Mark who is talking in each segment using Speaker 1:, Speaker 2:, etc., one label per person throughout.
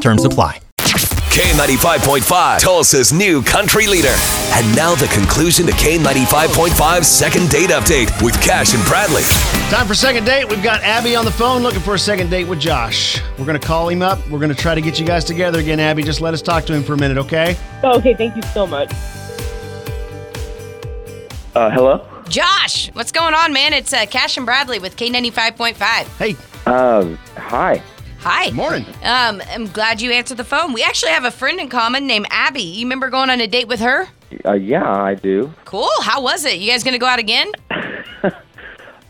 Speaker 1: Terms apply.
Speaker 2: K95.5, Tulsa's new country leader. And now the conclusion to K95.5's second date update with Cash and Bradley.
Speaker 3: Time for second date. We've got Abby on the phone looking for a second date with Josh. We're going to call him up. We're going to try to get you guys together again, Abby. Just let us talk to him for a minute, okay?
Speaker 4: Oh, Okay, thank you so much.
Speaker 5: Uh, hello.
Speaker 6: Josh, what's going on, man? It's uh, Cash and Bradley with K95.5.
Speaker 3: Hey,
Speaker 5: Um, hi.
Speaker 6: Hi.
Speaker 3: morning.
Speaker 6: Um, I'm glad you answered the phone. We actually have a friend in common named Abby. You remember going on a date with her?
Speaker 5: Uh, yeah, I do.
Speaker 6: Cool. How was it? You guys gonna go out again?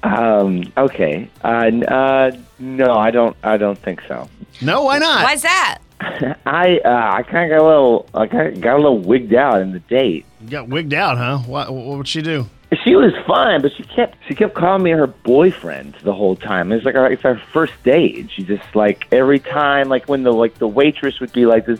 Speaker 5: Um, okay. Uh, n- uh, no, I don't. I don't think so.
Speaker 3: No, why not?
Speaker 6: Why's that?
Speaker 5: I uh, I kind of got a little. I kind of got a little wigged out in the date.
Speaker 3: You got wigged out, huh? What, what would she do?
Speaker 5: She was fine, but she kept she kept calling me her boyfriend the whole time. It's like our, it's our first date. and She just like every time, like when the like the waitress would be like, "Does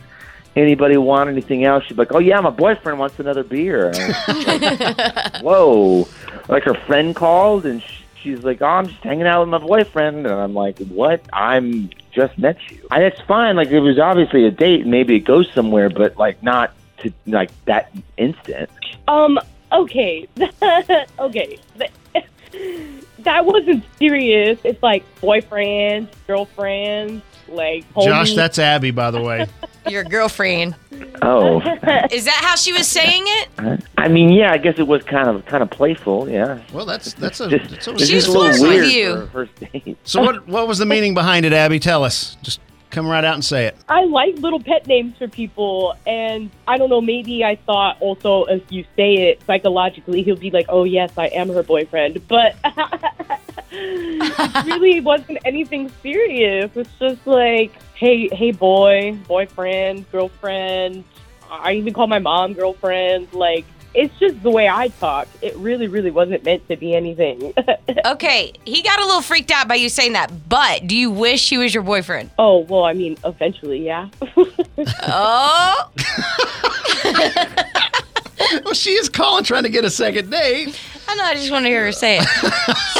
Speaker 5: anybody want anything else?" She'd be like, "Oh yeah, my boyfriend wants another beer." And I was just like, Whoa! Like her friend called and sh she's like, "Oh, I'm just hanging out with my boyfriend," and I'm like, "What? I'm just met you." And it's fine. Like it was obviously a date. and Maybe it goes somewhere, but like not to like that instant.
Speaker 4: Um, okay, okay, that wasn't serious. It's like boyfriends, girlfriends, like homies.
Speaker 3: Josh, that's Abby, by the way.
Speaker 6: Your girlfriend.
Speaker 5: Oh.
Speaker 6: Is that how she was saying it?
Speaker 5: I mean, yeah, I guess it was kind of kind of playful, yeah.
Speaker 3: Well, that's that's a.
Speaker 5: Just-
Speaker 3: That's a
Speaker 5: it's
Speaker 6: Oh, She's
Speaker 5: just a little
Speaker 6: flirting with
Speaker 5: weird
Speaker 6: you.
Speaker 5: for a first date.
Speaker 3: so what what was the meaning behind it, Abby? Tell us. Just come right out and say it.
Speaker 4: I like little pet names for people, and I don't know. Maybe I thought also if you say it psychologically, he'll be like, "Oh yes, I am her boyfriend," but it really wasn't anything serious. It's just like, "Hey, hey, boy, boyfriend, girlfriend." I even call my mom girlfriend. Like, it's just the way I talk. It really, really wasn't meant to be anything.
Speaker 6: Okay, he got a little freaked out by you saying that. But do you wish he was your boyfriend?
Speaker 4: oh well, I mean, eventually, yeah.
Speaker 6: Oh,
Speaker 3: Well, she is calling, trying to get a second date.
Speaker 6: I know. I just want to hear her say it. So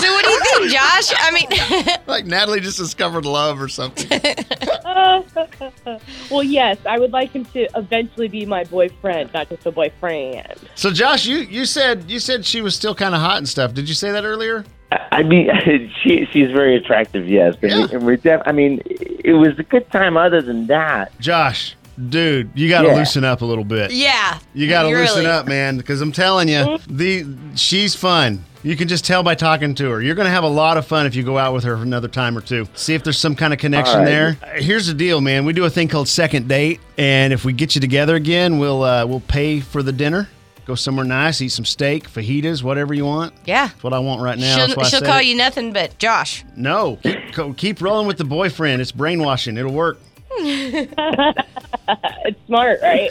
Speaker 6: what do you think, Josh? I mean,
Speaker 3: Like Natalie just discovered love or something.
Speaker 4: well, yes, I would like him to eventually be my boyfriend, not just a boyfriend.
Speaker 3: So Josh, you you said you said she was still kind of hot and stuff. Did you say that earlier?
Speaker 5: I I mean, she she's very attractive, yes, but
Speaker 3: Yeah.
Speaker 5: we, and we're def- I mean, it was a good time. Other than that,
Speaker 3: Josh, dude, you got to
Speaker 5: Yeah.
Speaker 3: loosen up a little bit.
Speaker 6: yeah.
Speaker 3: You got to loosen
Speaker 6: really.
Speaker 3: up, man, because I'm telling you, the she's fun. You can just tell by talking to her. You're going to have a lot of fun if you go out with her for another time or two. See if there's some kind of connection
Speaker 5: All
Speaker 3: there.
Speaker 5: right.
Speaker 3: Uh, Here's the deal, man. We do a thing called second date, and if we get you together again, we'll uh, we'll pay for the dinner. Go somewhere nice, eat some steak, fajitas, whatever you want.
Speaker 6: Yeah.
Speaker 3: That's what I want right now. That's
Speaker 6: She'll,
Speaker 3: why I
Speaker 6: she'll
Speaker 3: said
Speaker 6: call
Speaker 3: it.
Speaker 6: you nothing but Josh.
Speaker 3: No, keep, co- keep rolling with the boyfriend. It's brainwashing. It'll work.
Speaker 4: It's smart, right?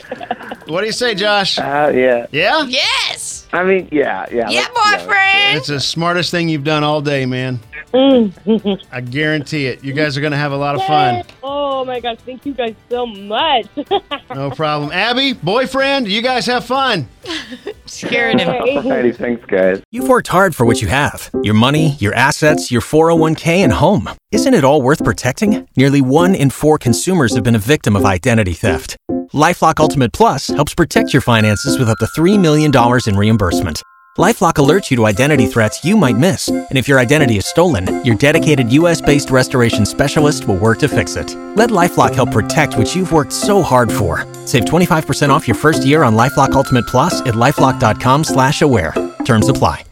Speaker 3: What do you say, Josh?
Speaker 5: uh, yeah,
Speaker 3: Yeah?
Speaker 6: Yes.
Speaker 5: I mean, yeah, yeah,
Speaker 6: Yeah,
Speaker 5: let's-
Speaker 6: boyfriend.
Speaker 3: It's the smartest thing you've done all day, man. I guarantee it. You guys are going to have a lot of fun.
Speaker 4: Oh my gosh, thank you guys so much.
Speaker 3: No problem. Abby, boyfriend, you guys have fun.
Speaker 6: Scaring him.
Speaker 5: Alrighty, thanks, guys.
Speaker 1: You've worked hard for what you have your money, your assets, your 401k, and home. Isn't it all worth protecting? Nearly one in four consumers have been a victim of identity theft. Lifelock Ultimate Plus helps protect your finances with up to $3 million in reimbursement. Lifelock alerts you to identity threats you might miss. And if your identity is stolen, your dedicated US based restoration specialist will work to fix it. Let Lifelock help protect what you've worked so hard for. Save 25% off your first year on Lifelock Ultimate Plus at lifelock.com/slash aware. Terms apply.